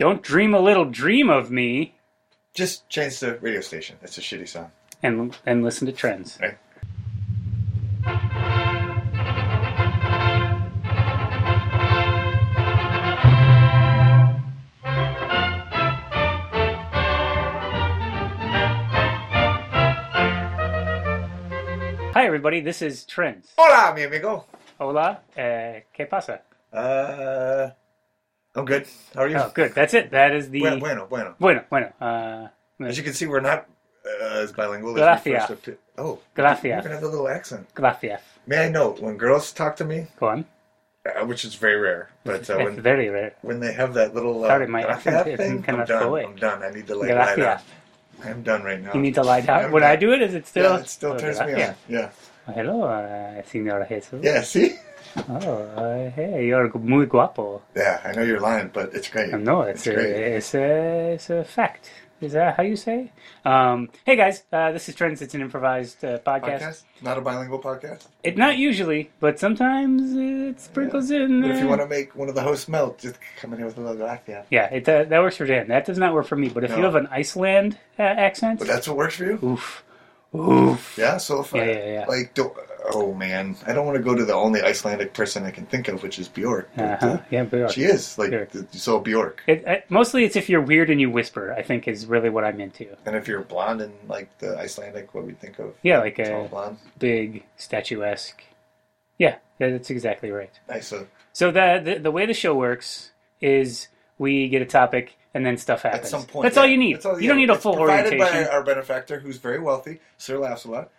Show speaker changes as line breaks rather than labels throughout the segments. Don't dream a little dream of me.
Just change the radio station. It's a shitty song.
And, and listen to trends.
Right.
Hi, everybody. This is Trends.
Hola, mi amigo.
Hola. Uh, ¿Qué pasa?
Uh, I'm good. How are you?
Oh, good. That's it. That is the.
Bueno, bueno, bueno.
Bueno, bueno. Uh,
As you can see, we're not uh, as bilingual as we
Gracias.
first appeared. Oh, you even
gracias.
have a little accent.
Gracias.
May I note, when girls talk to me,
Go on.
uh, which is very rare, but uh,
It's
when
very rare.
when they have that little uh,
Sorry, my
gracias
accent
thing,
is kind
I'm
of
done.
away.
I'm done. I need to like light
Gracias.
up. I'm done right now.
You need to lie down.
I'm
When
done.
I do it, is it still?
yeah, it still
Oh,
turns me on.
gracias.
Yeah,
Hello, uh, Senor Jesus.
yeah. See?
Oh, uh, hey, you're gu- muy guapo.
Yeah, I know you're lying, but it's great.
No, it's,
It's great.
a, it's, a, it's a fact. Is that how you say? Um, hey guys, uh, this is Trends. It's an improvised uh, podcast.
Podcast? Not a bilingual podcast.
It not usually, but sometimes it sprinkles in.
But if you
uh,
want to make one of the hosts melt, just come in here with a little gracias.
yeah, it, uh, that works for Dan. That does not work for me. But if
No.
you have an Iceland uh, accent,
But that's what works for you.
oof, oof.
Yeah, so if I,
Yeah, yeah, yeah.
like, do oh man, I don't want to go to the only Icelandic person I can think of, which is Bjork. But,
Uh-huh. Yeah, but you
uh,
are.
She is like
Bjork.
th- so Bjork,
It, uh, mostly, it's if you're weird and you whisper. I think is really what I'm into.
and if you're blonde and like the Icelandic, what we think of
Yeah, like
tall
a
blonde,
big statuesque. Yeah, that- that's exactly right.
nice. uh, So
So the, the the way the show works is we get a topic and then stuff happens.
at some point,
that's
yeah,
all you need.
that's all-
you don't
yeah,
need a
it's
full
provided
orientation.
by our benefactor, who's very wealthy, Sir Laughs a lot.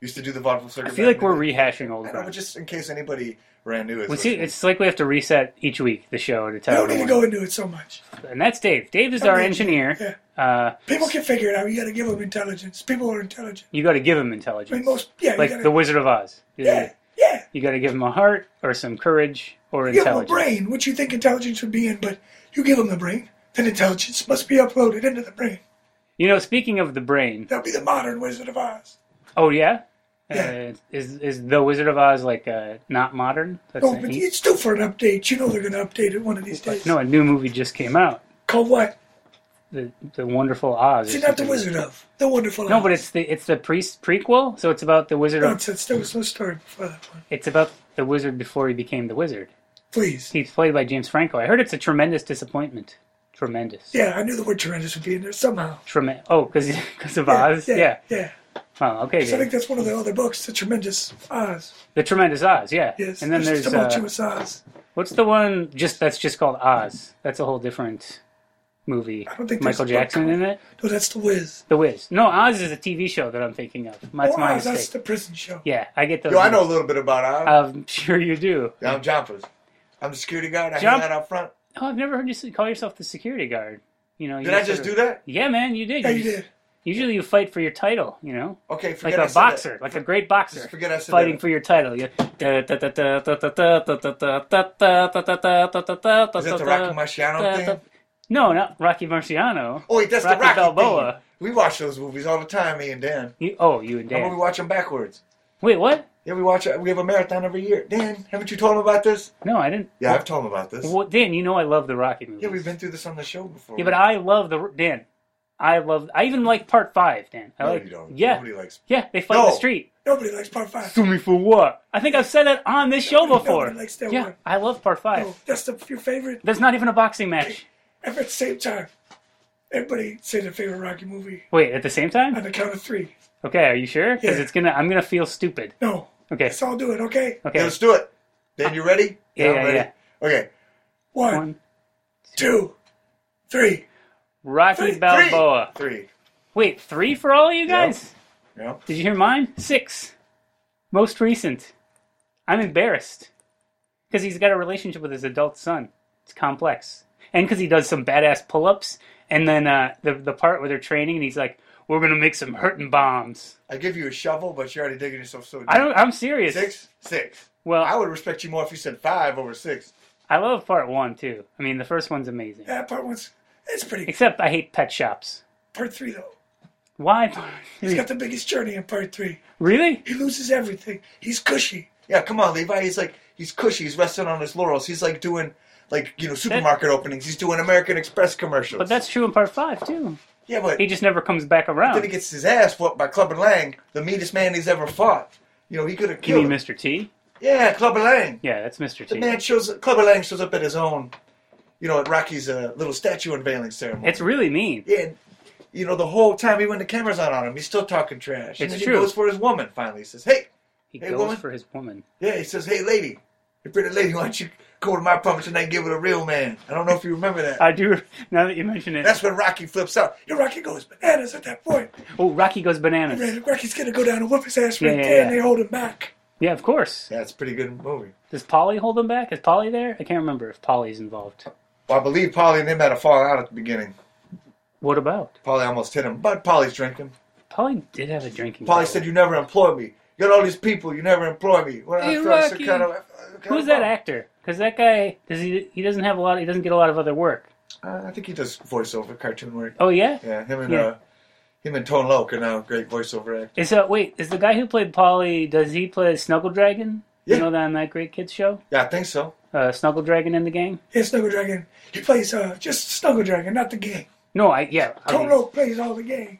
Used to do the vaudeville circuit.
I feel
back
like we're
in the day.
rehashing old
I know, but
ground.
just in case anybody ran new, is
We see,
listening.
it's like we have to reset each week the show to
We
tell
don't need to go
everyone.
into it so much.
And that's Dave. Dave is
I
our
mean,
engineer. Uh,
People can figure it out. You got to give them intelligence. People are intelligent.
you got to give him
I mean,
intelligence,
most yeah, you
like
gotta,
the Wizard of Oz.
yeah, yeah.
You got to give him a heart or some courage or
You give them a
intelligence.
brain, which you think intelligence would be in, but you give them the brain, then intelligence must be uploaded into the brain.
You know, speaking of the brain,
That'll be the modern Wizard of Oz.
oh yeah,
Yeah.
Uh, is is the Wizard of Oz like uh, not modern? That's
No,
a
but
hint.
it's due for an update. You know they're going to update it one of these days.
No, a new movie just came out.
Called what?
The the Wonderful Oz. or
See, not the
something.
Wizard of. The Wonderful
No,
Oz.
but it's the it's the pre- prequel. So it's about the Wizard. Of,
Nonsense. There was no story before that one.
it's about the Wizard before he became the Wizard.
Please.
He's played by James Franco. I heard it's a tremendous disappointment. Tremendous.
Yeah, I knew the word tremendous would be in there somehow.
Trem- oh, because of Oz. Yeah.
Yeah.
Oh, okay.
So I
Dave.
think that's one of the other books, The Tremendous Oz.
The tremendous Oz. Yeah.
Yes.
And then there's uh,
Tumultuous Oz.
what's the one just that's just called Oz? That's a whole different movie.
I don't think
Michael
there's a book
Jackson
called-
in it.
No, that's The Wiz.
The Wiz. No, Oz is a TV show that I'm thinking of. That's
oh,
my
Oz, that's
mistake.
the prison show.
Yeah, I get those.
Yo, I know a little bit about Oz.
I'm sure you do.
Yeah, I'm Jumpers. I'm the security guard. I
Uh, Jump-
hang out out front.
Oh, I've never heard you s- call yourself the security guard. You know,
Did I just do that?
Yeah, man, you did.
Yeah, you
just-
did.
Usually, you fight for your title. You know,
Okay,
like
forget I
a
said
boxer,
that.
like a great boxer,
Just forget I said
fighting
that.
for your title. You-
Is that the Rocky Marciano thing?
No, not Rocky Marciano.
Oh wait, that's
Rocky
the Rocky
Balboa.
thing. We watch those movies all the time, me and Dan.
You, oh, you and
Remember we
Dan.
watch them backwards.
Wait, what?
Yeah, we watch. We have a marathon every year. Dan, haven't you told him about this?
No, I didn't.
Yeah, I've told him about this.
Well, Dan, you know I love the Rocky movies.
Yeah, we've been through this on the show before.
Yeah, but I love the Dan. I love. I even like part five, Dan. I
No,
like.
you don't.
Yeah,
Nobody likes.
yeah. They fight in
No.
the street.
Nobody likes part five.
Sue me for what? I think I've said that on this show
Nobody
before.
likes that
yeah,
one.
I love part five.
No, that's the, your favorite.
There's not even a boxing match.
And at the same time, everybody say their favorite Rocky movie
Wait, at the same time?
on the count of three.
Okay, are you sure? Because
Yeah.
it's gonna. I'm gonna feel stupid.
No.
Okay.
Let's all do it, okay?
Yeah,
Okay.
let's do it. Dan, you ready?
Yeah,
I'm
yeah,
ready.
yeah.
Okay.
One,
One,
two, three.
Rocky
Three,
Balboa.
Three.
Wait, three for all of you
Yeah.
guys?
Yeah.
Did you hear mine? Six. Most recent. I'm embarrassed because he's got a relationship with his adult son. It's complex, and because he does some badass pull-ups, and then uh, the the part where they're training, and he's like, "We're gonna make some hurting bombs."
I give you a shovel, but you're already digging yourself so deep.
I don't. I'm serious.
Six. Six.
Well,
I would respect you more if you said five over six.
I love part one too. I mean, the first one's amazing.
Yeah, part one's it's pretty.
Except I hate pet shops.
Part three though,
Why part
he's
three?
got the biggest journey in part three.
Really?
He loses everything. He's cushy.
Yeah, come on, Levi. He's like he's cushy. He's resting on his laurels. He's like doing like you know supermarket openings. He's doing American Express commercials.
But that's true in part five too.
yeah, but
He just never comes back around.
then he gets his ass whooped by Clubber Lang, the meanest man he's ever fought. You know he could have
you
killed.
mean
him.
Mr. T?
Yeah, Clubber Lang.
Yeah, that's Mr.
The
T.
man shows Clubber Lang shows up at his own, you know, at Rocky's uh, little statue unveiling ceremony.
It's really mean.
yeah, and, you know, the whole time he when the camera's not on him, he's still talking
It's
trash. and then
true.
he goes for his woman finally. He says, Hey,
He
Hey,
goes
woman.
for his woman.
yeah, he says, Hey lady, hey pretty lady, why don't you go to my apartment tonight and give it a real man? I don't know if you remember that.
I do. Now that you mention it,
That's when Rocky flips out.
Yeah, Rocky goes bananas at that point.
oh, Rocky goes bananas.
Man, Rocky's gonna go down and whip his ass
Yeah,
right
yeah,
there, and
yeah.
they hold him back.
Yeah, of course.
Yeah, it's a pretty good movie.
Does Polly hold him back? Is Polly there? I can't remember if Polly's involved.
Well, I believe Polly and him had a falling out at the beginning.
What about
Polly almost hit him, but Polly's drinking.
Polly? Did have a drinking.
Polly
problem.
said, "You never employ me. You got all these people. You never employ me." Well,
Hey,
I feel some
Rocky.
kind of- uh, kind
"Who's
of-
that actor? Because that guy does he? He doesn't have a lot. He doesn't get a lot of other work.
Uh, I think he does voiceover cartoon work.
Oh yeah.
Yeah, him and
Yeah.
uh, him and Tone Loc are now great voiceover actors.
Is uh wait? Is the guy who played Polly? Does he play Snuggle Dragon?
Yeah.
You know that on that great kids show,
Yeah, I think so.
uh, Snuggle Dragon in the gang.
Yeah, Snuggle Dragon. He plays uh, just Snuggle Dragon, not the gang.
No, I yeah. I mean-
Tolo plays all the gang.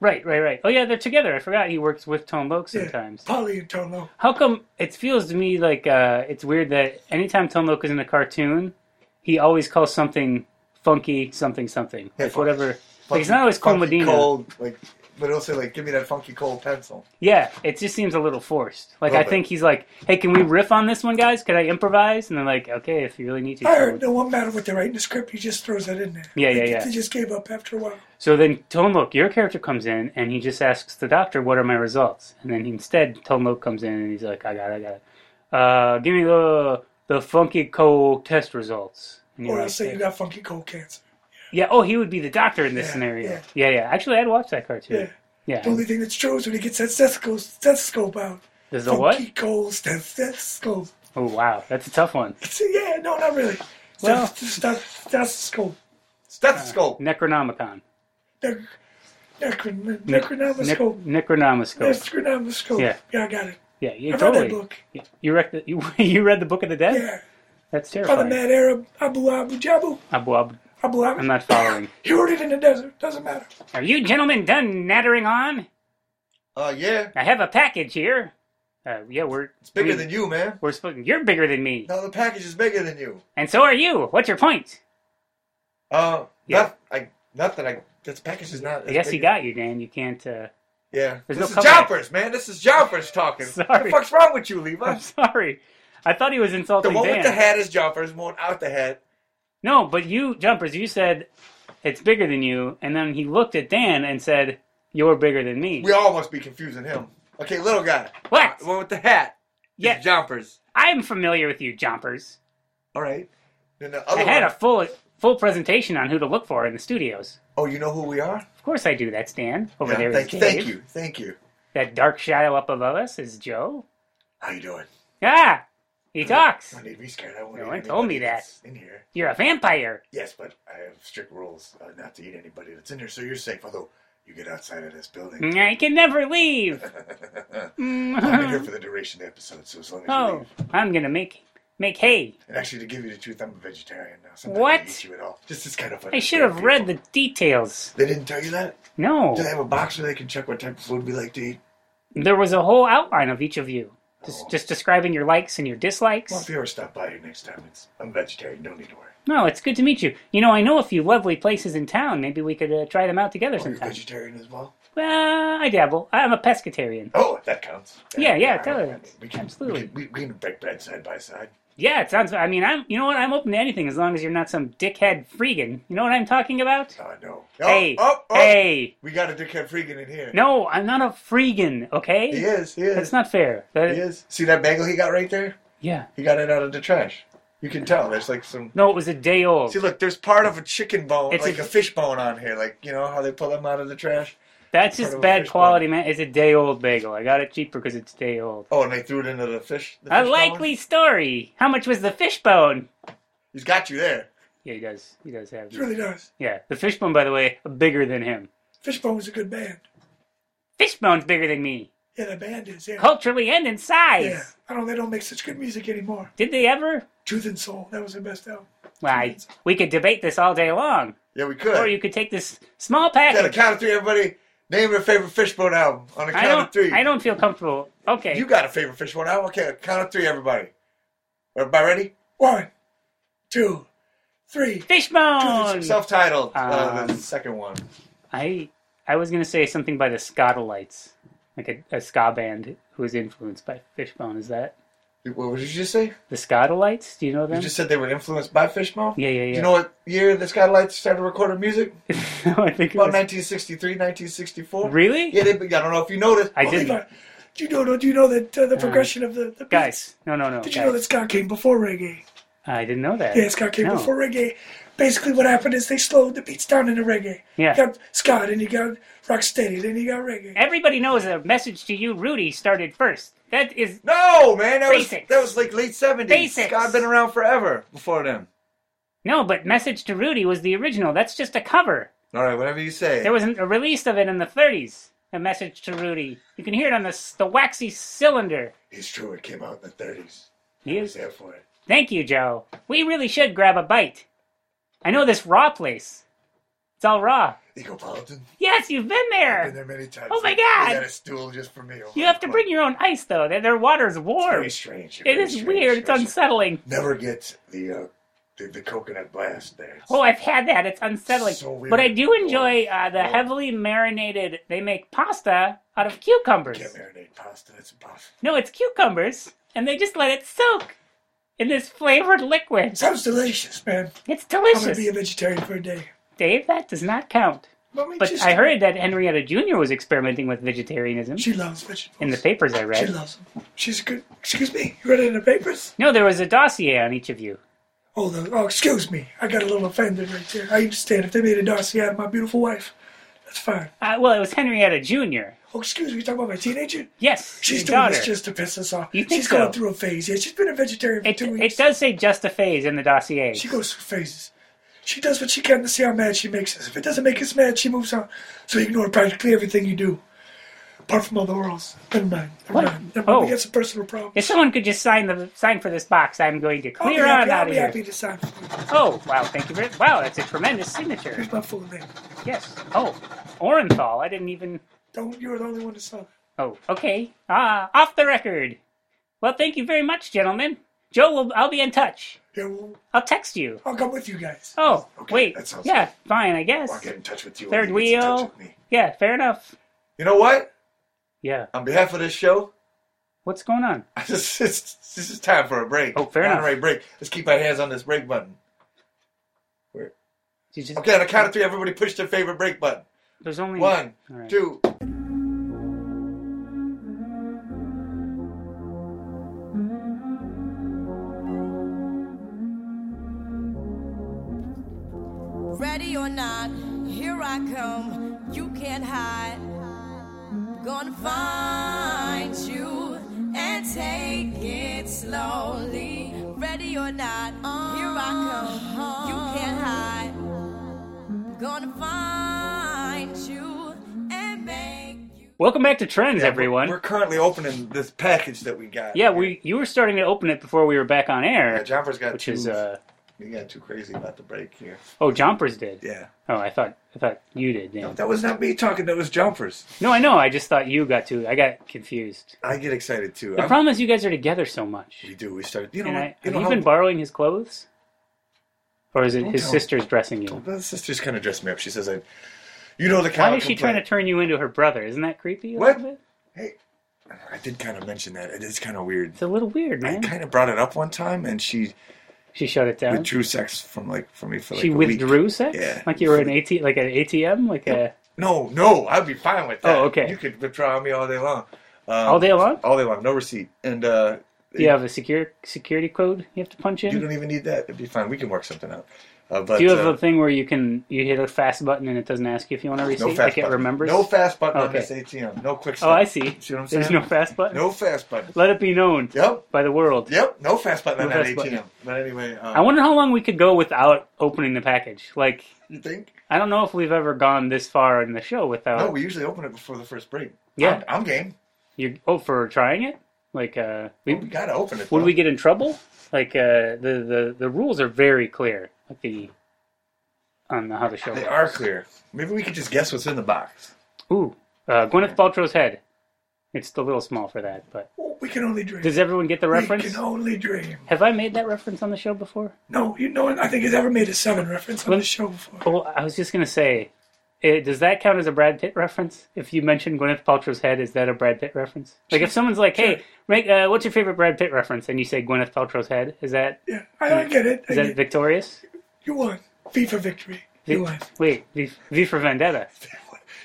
right, right, right. Oh yeah, they're together. I forgot he works with Tone Loc sometimes.
Polly and Tolo.
How come it feels to me like uh, it's weird that anytime Tone Loc is in a cartoon, he always calls something funky something something.
Yeah,
like
funky.
whatever. like it's not always Cool
funky
Medina.
Cold, like, but he'll say like, "Give me that funky cold pencil."
Yeah, it just seems a little forced. Like
Little
I
bit.
think he's like, "Hey, can we riff on this one, guys? Can I improvise?" And they're like, "Okay, if you really need to."
I
Tone Loc."
heard no one matter what they write in the script. He just throws that in there.
Yeah, yeah,
They-
yeah.
They just gave up after a while.
So then Tone Loc, your character comes in and he just asks the doctor, "What are my results?" And then instead, Tone Loc comes in and he's like, "I got, it, I got, it. Uh, give me the the funky cold test results." And
Oh,
you're
Or
like,
I'll say you got funky cold cancer.
Yeah. Oh, he would be the doctor in this
Yeah,
scenario. Yeah.
yeah.
yeah, Actually, I'd watch that cartoon.
Yeah.
Yeah.
The only thing that's true is when he gets that stethoscope, stethoscope out.
There's the
funky
what?
cold steth- stethoscope.
Oh wow, that's a tough one.
It's- yeah, no, not really.
Well-
Steth- steth- stethoscope. Oh.
Stethoscope.
Necronomicon.
Nec- necron-
Nec-
necronomoscope.
Nec- Necronomicon.
Necronomoscope.
Yeah.
yeah, I got it.
Yeah, you
I read
totally.
that book.
You read the you, you read the Book of the Dead?
Yeah.
That's
By the
terrifying.
mad Arab Abu Abu Jabu.
Abu Abu.
Abu Abu.
I'm not following.
He wrote it in the desert. Doesn't matter.
Are you gentlemen done nattering on?
Uh, yeah,
I have a package here. Uh, yeah, we're
it's bigger
we-
than you, man.
We're supposed. You're bigger than me,
No, the package is bigger than you.
and so are you. What's your point?
Uh,
Yeah.
not, I, not that I. This package is not.
I guess he got you, Dan. You can't. Uh,
Yeah.
There's
this
no
is
comeback.
Joppers, man. This is Joppers talking. What
Sorry.
the fuck's wrong with you, Levi?
I'm sorry. I thought he was
The
insulting
one
Dan.
with the hat is Joppers. The one without the hat.
No, but you, Jumpers, you said it's bigger than you, and then he looked at Dan and said, You're bigger than me.
We all must be confusing him. Okay, little guy.
What?
The one with the hat. is
Yeah.
Joppers.
I'm familiar with you, Jumpers.
All right. Then the
I
other
had a
one.
full full presentation on who to look for in the studios.
Oh, you know who we are?
Of course I do. That's Dan. Over
Yeah,
there is
thank,
Dave.
thank you. Thank you.
That dark shadow up above us is Joe.
How you doing?
Ah, he talks.
I don't need to be scared. I won't
No
eat
one told me
anybody
that.
that's In here.
You're a vampire.
Yes, but I have strict rules uh, not to eat anybody that's in here, so you're safe. Although you get outside of this building.
I can never leave.
I'm in here for the duration of the episode, so as long as you
oh,
leave.
I'm gonna make make hay.
And actually, to give you the truth, I'm a vegetarian now. Sometimes
What?
I eat you at all. Just it's kind of funny.
I should have read the details.
They didn't tell you that.
No.
Do they have a box where they can check what type of food we like to eat?
There was a whole outline of each of you, just,
Oh.
just describing your likes and your dislikes.
Well, if you ever stop by here next time, it's I'm vegetarian. Don't need to worry.
No, it's good to meet you. You know, I know a few lovely places in town. Maybe we could uh, try them out together
Oh, you're
sometime.
vegetarian as well.
Well, I dabble. I'm a pescatarian.
Oh, that counts.
Yeah, yeah,
I-
tell
I-
her.
We can,
Absolutely.
We can, we, we can break bread side by side.
Yeah, it sounds. I mean, I'm. You know what? I'm open to anything as long as you're not some dickhead freegan. You know what I'm talking about?
Oh, I know.
hey,
oh, oh,
hey!
We got a dickhead freaking in here.
No, I'm not a freegan. Okay,
He is. He is.
that's not fair. That-
he is. See that bagel he got right there?
Yeah.
He got it out of the trash. You can tell. There's like some.
No, it was a day old.
See, look, there's part of a chicken bone,
It's
like
a-
a, fish bone on here. Like, you know how they pull them out of the trash?
that's
part
just
of a
bad
fish
quality, man. It's a day old bagel. I got it cheaper because it's day old.
Oh, and they threw it into the fish. The
A
fish
likely story. How much was the fishbone?
bone? He's got you there.
Yeah, he does. He does have.
It really does.
Yeah, the fishbone, by the way, bigger than him.
Fishbone was a good band.
Fishbone's bigger than me.
Yeah, the band is. Yeah.
Culturally and in size.
Yeah. I don't. They don't make such good music anymore.
Did they ever?
Truth and Soul. That was their best album.
Why? We could debate this all day long.
Yeah, we could.
Or you could take this small
At the
package.
count of three, everybody, name your favorite Fishbone album. On the
I
count of
don't.
three.
I don't feel comfortable. Okay.
You got a favorite Fishbone album? Okay, count of three, everybody. Everybody ready?
One, two, three.
Fishbone.
Self-titled. Uh,
Um,
the second one.
I I was gonna say something by the Scottolites, like a, a ska band who was influenced by Fishbone. Is that
What what did you just say?
the Scottolites? Do you know
You
them?
just said they were influenced by Fishbone?
Yeah, yeah, yeah.
Do you know what year the Skylights started recording music?
No, I think it
About
was.
1963, 1964.
Really?
Yeah, they, I don't know if you noticed.
I
Oh,
didn't.
Levi, Do you know? no, Do you know that uh, the progression of the, the beats?
Guys, no, no, no.
Did you know that
guys.
ska came before reggae?
I didn't know that.
Yeah, ska came
No.
before reggae. Basically, what happened is they slowed the beats down into reggae.
Yeah.
You got ska, then you got rocksteady, then you got reggae.
Everybody knows a message to you, Rudy, started first. That is
No, man, that
Basics.
was that was like late 70s.
Basics.
Sky's been around forever before them.
no, but message to Rudy was the original. That's just a cover.
All right, whatever you say.
There was an, a release of it in the 30s. A message to Rudy. You can hear it on the s- the waxy cylinder.
it's true. It came out in the 30s.
He is.
There for it.
Thank you, Joe. We really should grab a bite. I know this raw place. It's all raw.
Ecopolitan.
Yes, you've been
Been
there.
there many times.
Oh my
They-
God.
They had a stool just for me. Oh
You have to bring your own ice, though. Their, their water's warm.
Very strange.
It
very
is
strange,
weird. It's
very strange.
unsettling.
Never get the, uh, the the coconut blast there. It's-
Oh, I've had that. It's unsettling.
So weird.
but I do enjoy uh, the
Oh.
heavily marinated. They make pasta out of cucumbers.
Can't marinate pasta. That's impossible.
No, it's cucumbers, and they just let it soak in this flavored liquid.
Sounds delicious, man.
It's
I'm gonna be a
delicious.
vegetarian for a day.
Dave, that does not count.
Let me
But
just-
I heard that Henrietta Jr. was experimenting with vegetarianism
she loves vegetables.
in the papers I
She
read.
loves them. She's good. Excuse me. You read it in the papers?
No, there was a dossier on each of you.
Oh, the, oh, excuse me. I got a little offended right there. I understand if they made a Darcy out of my beautiful wife. That's fine.
Uh, well, it was Henrietta Jr.
Oh, excuse me. You talking about my teenager?
Yes,
She's
your
doing
daughter.
this just to piss us off.
You think
she's
so?
going through a phase. Yeah, she's been a vegetarian for
it,
two
it
weeks.
does say just a phase in the dossier.
She goes through phases. She does what she can to see how mad she makes us. If it doesn't make us mad, she moves on. So you ignore practically everything you do. Apart from all the orals. Never mind. Never
What?
mind. Never mind.
Oh.
We got some personal problems.
If someone could just sign the sign for this box, I'm going to
I'll be
clear on
happy, I'll
out of
be
here.
happy to sign.
Oh, wow, thank you very Wow, that's a tremendous signature.
Here's my full name.
Yes. Oh, Orenthal. I didn't even.
Don't, you were the only one to sign.
Oh, okay. Ah, off the record. Well, thank you very much, gentlemen. Joe, will, I'll be in touch.
Yeah, well,
I'll text you.
I'll come with you guys.
Oh,
Okay,
wait.
that sounds
Yeah, fine, I guess.
I'll get in touch with you.
Third
when he gets in touch
wheel.
with me.
Yeah, fair enough.
You know what?
Yeah.
On behalf of this show,
What's going on?
this is, this is time for a break.
Oh, fair enough.
All right, break. Let's keep our hands on this break button. Where-
You just-
Okay, on the count of three, everybody push their favorite break button.
There's only
One,
All right.
two.
Ready or not, here I come. You can't hide. Gonna find you and take it slowly. Ready or not, here I come. You can't hide. Gonna find you and make you.
Welcome back to Trends, everyone.
We're currently opening this package that we got.
yeah, we you were starting to open it before we were back on air,
Yeah, Jumper's got
which
too.
is uh
you got too crazy about the break here.
oh Jompers did.
Yeah.
Oh, I thought I thought you did. Dan.
No, that was not me talking. That was Jumpers.
No, I know. I just thought you got to. I got confused.
I get excited too.
The
I'm-
problem is you guys are together so much.
we do. We started. You know
And
what?
I,
you
have
know
you
how-
been borrowing his clothes, or is it
Don't
his
tell me.
sister's dressing you?
The sister's kind of dressed me up. She says, "I." You know the kind
Why
of
is she trying
complaint.
to turn you into her brother? Isn't that creepy? A
What?
little bit?
Hey, I did kind of mention that. It is kind of weird.
It's a little weird,
I
man.
kind of brought it up one time, and she
She shut it down.
withdrew sex from like from me for like
she
a
withdrew
Week.
sex,
Yeah.
like you were an AT, like an ATM, like a
No, no, I'd be fine with that.
Oh, okay.
You could withdraw on me all day long. Um,
all day long.
All day long, no receipt, and uh,
Do you have a secure security code you have to punch in?
you don't even need that. It'd be fine. We can work something out. Uh, but
Do you have
uh,
a thing where you can you hit a fast button and it doesn't ask you if you want to receive?
no fast
like it
button.
remembers.
No fast button on
Okay.
this ATM. No quick.
oh,
stop.
I see.
See what I'm
There's
saying?
no fast button.
No fast button.
Let it be known
Yep.
by the world.
Yep. No fast button on
No
that
fast
ATM.
button.
But anyway, um,
I wonder how long we could go without opening the package. Like,
You think?
I don't know if we've ever gone this far in the show without.
No, we usually open it before the first break.
Yeah.
I'm, I'm game.
You're oh for trying it? Like uh, we,
We gotta open it.
would
though.
we get in trouble? Like uh, the, the the rules are very clear. Like the on the, how the show.
They
works.
are clear. Maybe we could just guess what's in the box.
Ooh, uh, Gwyneth Paltrow's head. It's a little small for that, but
Oh, we can only dream.
does everyone get the
We
reference?
can only dream.
Have I made that reference on the show before?
No, you know, I think he's ever made a seven reference on
When-
the show before.
Oh, I was just gonna say, eh, does that count as a Brad Pitt reference? If you mention Gwyneth Paltrow's head, is that a Brad Pitt reference? Like if someone's like, "Hey, make, uh, what's your favorite Brad Pitt reference?" and you say Gwyneth Paltrow's head, is that
Yeah, I, I get it. I
is
get
that
it.
victorious?
You won. V for victory.
V-
You won.
wait, v, v for Vendetta.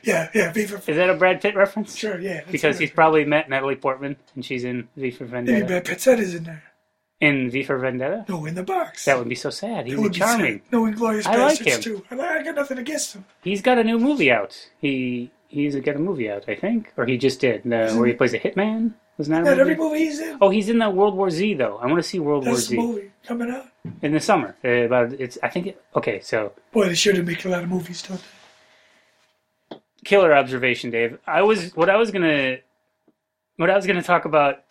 Yeah, yeah, V for
Is that a Brad Pitt reference?
sure, yeah. that's
Because
right.
he's probably met Natalie Portman, and she's in V for
Maybe
Vendetta.
Brad Pitt said is in there.
In V for Vendetta,
No, in the box.
that would be so sad. He's
It would be
charming.
sad. No, Inglorious
I like
Bastards
him.
too. I, li- I got nothing against him.
He's got a new movie out. He he's got a movie out, I think, or he just did, uh, where he plays a hitman. Wasn't that a
Not
movie?
every movie he's in.
Oh, he's in the World War Z though. I want to see World War
That's the
Z
movie coming out.
in the summer. Uh, about it's I think it, okay. So
Boy, they sure did make a lot of movies, don't they?
killer observation, Dave. I was what I was gonna what I was gonna talk about.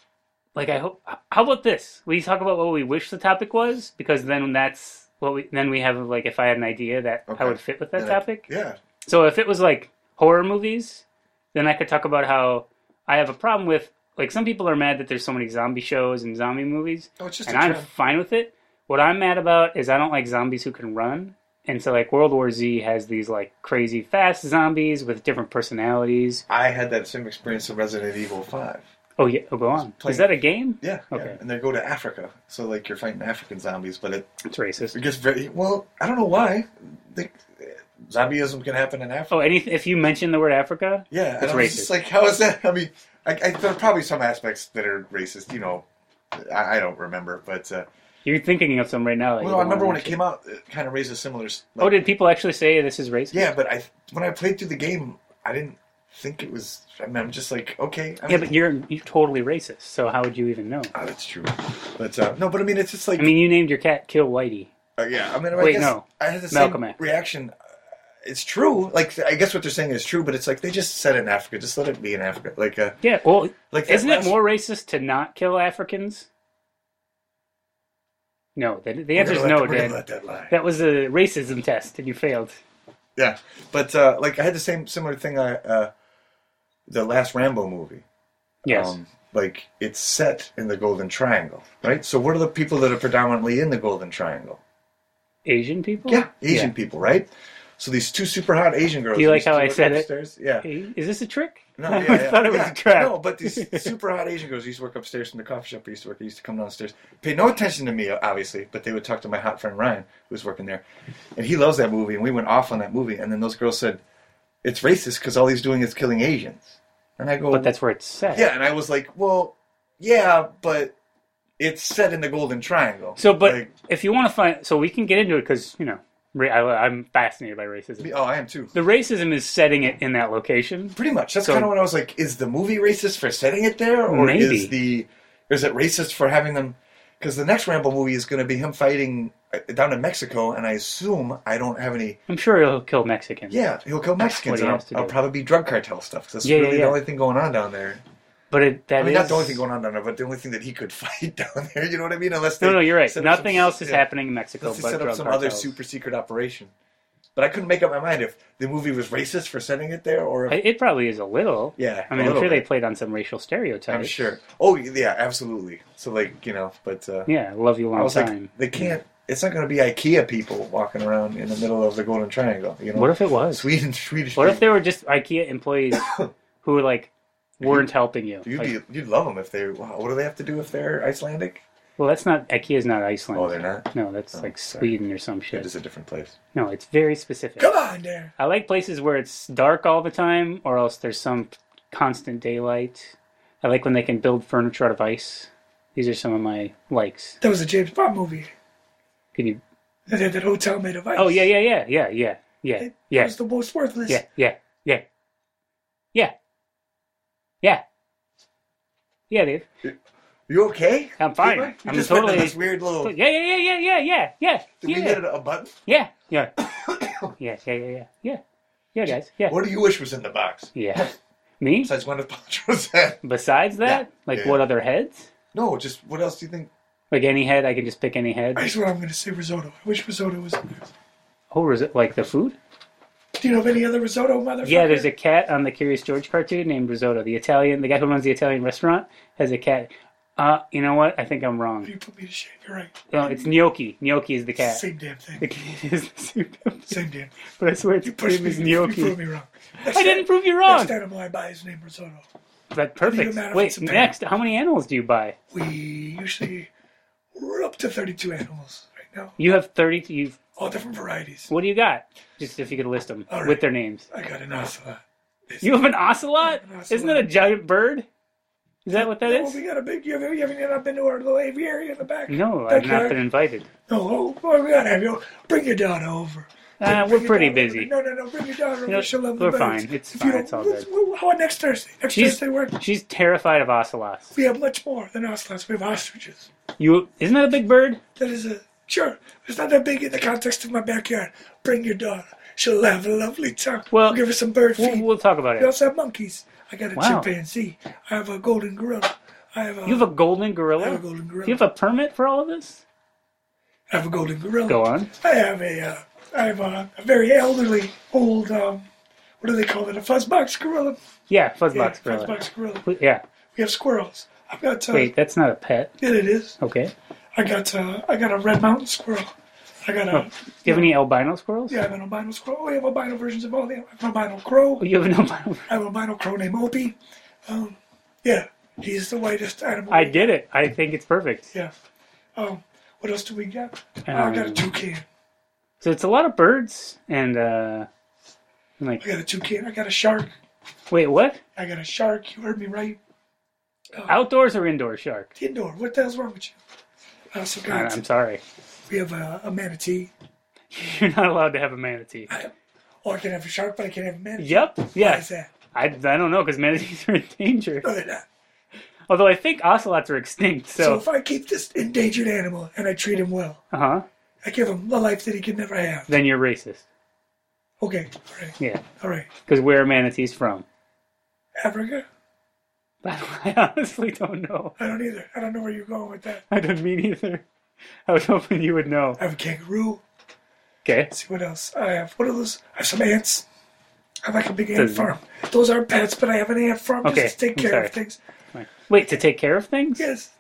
Like I hope. How about this? We talk about what we wish the topic was because then that's what we then we have like if I had an idea that
Okay.
how would fit with that
Then I-
topic.
Yeah.
So if it was like horror movies, then I could talk about how I have a problem with like some people are mad that there's so many zombie shows and zombie movies,
Oh, it's just
and
a
I'm
trend.
fine with it. What I'm mad about is I don't like zombies who can run, and so like World War Z has these like crazy fast zombies with different personalities.
I had that same experience in Resident Evil Five.
Oh yeah, oh, go on.
playing-
Is that a game?
Yeah.
Okay.
Yeah. And they go to Africa, so like you're fighting African zombies, but it,
It's racist.
it gets very well. I don't know why. They, zombieism can happen in Africa.
Oh, any if you mention the word Africa,
Yeah, and
It's
I was just
racist.
like, how is that? I mean, I, I, there are probably some aspects that are racist. You know, I, I don't remember, but uh,
you're thinking of some right now. that you
well,
don't
I remember
wanna
when
mention.
it came out, it kind of raised a similar. s-
Oh,
like-
did people actually say this is racist?
yeah, but I when I played through the game, I didn't think it was. I mean, I'm just like, okay, I
Yeah,
mean,
but you're you're totally racist. So how would you even know?
oh, that's true. But uh, no, but I mean, it's just like,
I mean, you named your cat Kill Whitey.
uh, yeah, I mean, I
wait,
guess
no.
I had the
Malcolm
same
X.
reaction. Uh, It's true. Like, I guess what they're saying is true, but it's like they just said in Africa, just let it be in Africa. Like, uh,
Yeah, well,
like that
isn't it
last-
more racist to not kill Africans? No, the, the
We're
answer is
gonna let
no,
that- we're gonna
Dan.
let that lie.
That was a racism test, and you failed.
Yeah, but uh, like I had the same similar thing. I uh, the last Rambo movie.
Yes.
Um, like it's set in the Golden Triangle, right? So what are the people that are predominantly in the Golden Triangle?
Asian people?
Yeah, Asian people, right? So these two super hot Asian girls.
Do you like
used to
how I
work
said it?
upstairs. Yeah.
Hey, Is this a trick?
No,
I
yeah, yeah,
thought it was
yeah.
a trap.
No, but these super hot Asian girls used to work upstairs from the coffee shop I used to work. They used to come downstairs, pay no attention to me, obviously, but they would talk to my hot friend Ryan, who was working there, and he loves that movie. And we went off on that movie, and then those girls said, "It's racist because all he's doing is killing Asians." And I go,
But that's where it's set.
yeah, and I was like, well, yeah, but it's set in the Golden Triangle.
So, but
Like,
if you want to find, so we can get into it because you know, ra- I, I'm fascinated by racism.
oh, I am too.
The racism is setting it in that location.
Pretty much. That's
So-
kind of when I was like, is the movie racist for setting it there, or
Maybe.
is the is it racist for having them? Because the next Rambo movie is going to be him fighting uh, down in Mexico, and I assume I don't have any.
I'm sure it'll kill Mexicans.
Yeah, he'll kill Mexicans,
what he
and
has
I'll,
to
I'll
do.
probably be drug cartel stuff. 'cause that's
Yeah, yeah,
really
yeah.
the only thing going on down there.
But it, that
I mean,
is-
not the only thing going on down there, but the only thing that he could fight down there. You know what I mean? Unless they
No, no, you're right.
set up some-
Nothing else is
yeah.
happening in Mexico
Unless they
but
set up
drug
some other
cartels.
super secret operation. But I couldn't make up my mind if the movie was racist for sending it there or if,
I- It probably is a little.
Yeah,
I
a
mean, I'm
little
sure they
bit.
played on some racial stereotypes.
I'm sure. Oh yeah, absolutely. So like you know, but uh,
Yeah, love you
I
long
was
time.
like, they can't. It's not going to be IKEA people walking around in the middle of the Golden Triangle. You know,
what if it was?
Sweden, Swedish?
What if
people-
there were just IKEA employees who like weren't helping you?
You'd
Like,
be, you'd love them if they. Wow, what do they have to do if they're Icelandic?
well, that's not IKEA's not Iceland.
Oh, they're not.
No, that's like
sorry.
Sweden or some
It
shit.
is a different place.
No, it's very specific.
Come on, there.
I like places where it's dark all the time, or else there's some constant daylight. I like when they can build furniture out of ice. These are some of my likes.
That was a James Bond movie.
Can you?
That had that hotel made of ice.
Oh yeah, yeah, yeah, yeah, yeah, yeah,
It
yeah.
was the most worthless.
Yeah, yeah, yeah. Yeah. Yeah. Yeah, Dave.
You okay?
I'm fine.
You
I'm
just
totally-
went to this weird little.
Yeah, yeah, yeah, yeah, yeah, yeah,
Oh. Did we
yeah.
hit a button?
Yeah. Yeah. Yeah. Yeah, yeah, yeah, yeah. Yeah. Yeah, guys. Yeah.
What do you wish was in the box?
Yeah. Me?
Besides Gwyneth Paltrow's head.
Besides that,
Yeah.
like
Yeah,
what
yeah.
other heads?
No, just what else do you think?
Like any head, I can just pick any head.
Here's what I'm going to say risotto. I wish risotto was in there.
Oh, is it like the food?
Do you know of any other risotto, motherfucker?
Yeah, there's a cat on the Curious George cartoon named Risotto. The Italian, the guy who runs the Italian restaurant, has a cat. Uh, you know what? I think I'm wrong.
You put me to shame. You're right.
No, it's Gnocchi. Gnocchi is the cat.
Same damn
The
thing.
cat is the soup.
Same damn thing.
But I swear its
You pushed
name
me.
is
You
Gnocchi.
proved me wrong.
I didn't prove you wrong.
Next animal I buy is named risotto.
But
Doesn't
perfect.
even matter if it's
Wait,
a pet.
next, how many animals do you buy?
We usually we're up to 32 animals right now,
You have thirty. You've
all different varieties.
what do you got? Just if you could list them
All right.
with their names.
I got an ocelot.
You have an ocelot?
An ocelot.
Isn't that a giant bird? Is that what that
Oh, we
is?
got a big. You haven't, you haven't not been to our little aviary in the back.
No,
Back
I've not
yard?
been invited.
No, oh, boy, we gotta have you. Bring your daughter over.
Uh,
Bring
we're
your
pretty
daughter over.
busy.
No, no, no. Bring your daughter over.
know,
She'll love the
we're
birds.
fine. It's
If
fine.
you don't-
It's all
let's-
good.
we'll- How about next Thursday? Next
She's
Thursday, we're,
she's terrified of ocelots.
we have much more than ocelots. We have ostriches.
You isn't that a big bird?
That is a sure. It's not that big in the context of my backyard. Bring your daughter. She'll have a lovely time.
Well,
give her some bird feed.
We'll, we'll talk about
We
it.
also have monkeys. I got a
Wow.
chimpanzee. I have a golden gorilla. I have a.
You have a golden gorilla.
I have a golden gorilla.
Do you have a permit for all of this?
I have a golden gorilla.
Go on.
I have a. Uh, I have a, a very elderly old. Um, what do they call it? A fuzzbox gorilla.
Yeah, fuzzbox
yeah,
gorilla.
Fuzzbox gorilla.
Wait, Yeah.
We have squirrels. I've got. Uh,
Wait, that's not a pet.
Yeah, it is.
Okay.
I got. Uh, I got a red mountain squirrel. I got a.
Do you have any albino squirrels?
Yeah, I have an albino squirrel. Oh, we have albino versions of all the. I have an albino crow.
Oh, you have an albino.
I have an albino crow named Opie. Um, yeah, he's the whitest animal.
I did it. I think it's perfect.
Yeah. Um, what else do we got? Oh, I got a
Um,
toucan.
So it's a lot of birds and uh, and like
I got a toucan. I got a shark.
wait, what?
I got a shark. You heard me right.
Outdoors or indoor shark?
Indoor. What the hell's wrong with you? I also
God,
got.
Uh, I'm sorry.
we have a, a manatee.
You're not allowed to have a manatee.
Or Oh, I can have a shark, but I can't have a manatee.
Yep.
Why
Yeah.
is that?
I, I don't know because manatees are in danger.
No, they're not.
Although I think ocelots are extinct.
So
So,
if I keep this endangered animal and I treat him well,
uh huh.
I give him the life that he can never have.
Then you're racist.
Okay. All right.
Yeah.
All right.
Because where are manatees from?
Africa?
I, don't, I honestly don't know.
I don't either. I don't know where you're going with that.
I don't mean either. I was hoping you would know.
I have a kangaroo.
Okay.
Let's see what else. I have what are those? I have some ants. I have like a big ant
Doesn't-
farm. Those aren't pets, but I have an ant farm
Okay,
just to take
I'm
care
sorry.
of things.
Wait, to take care of things?
Yes,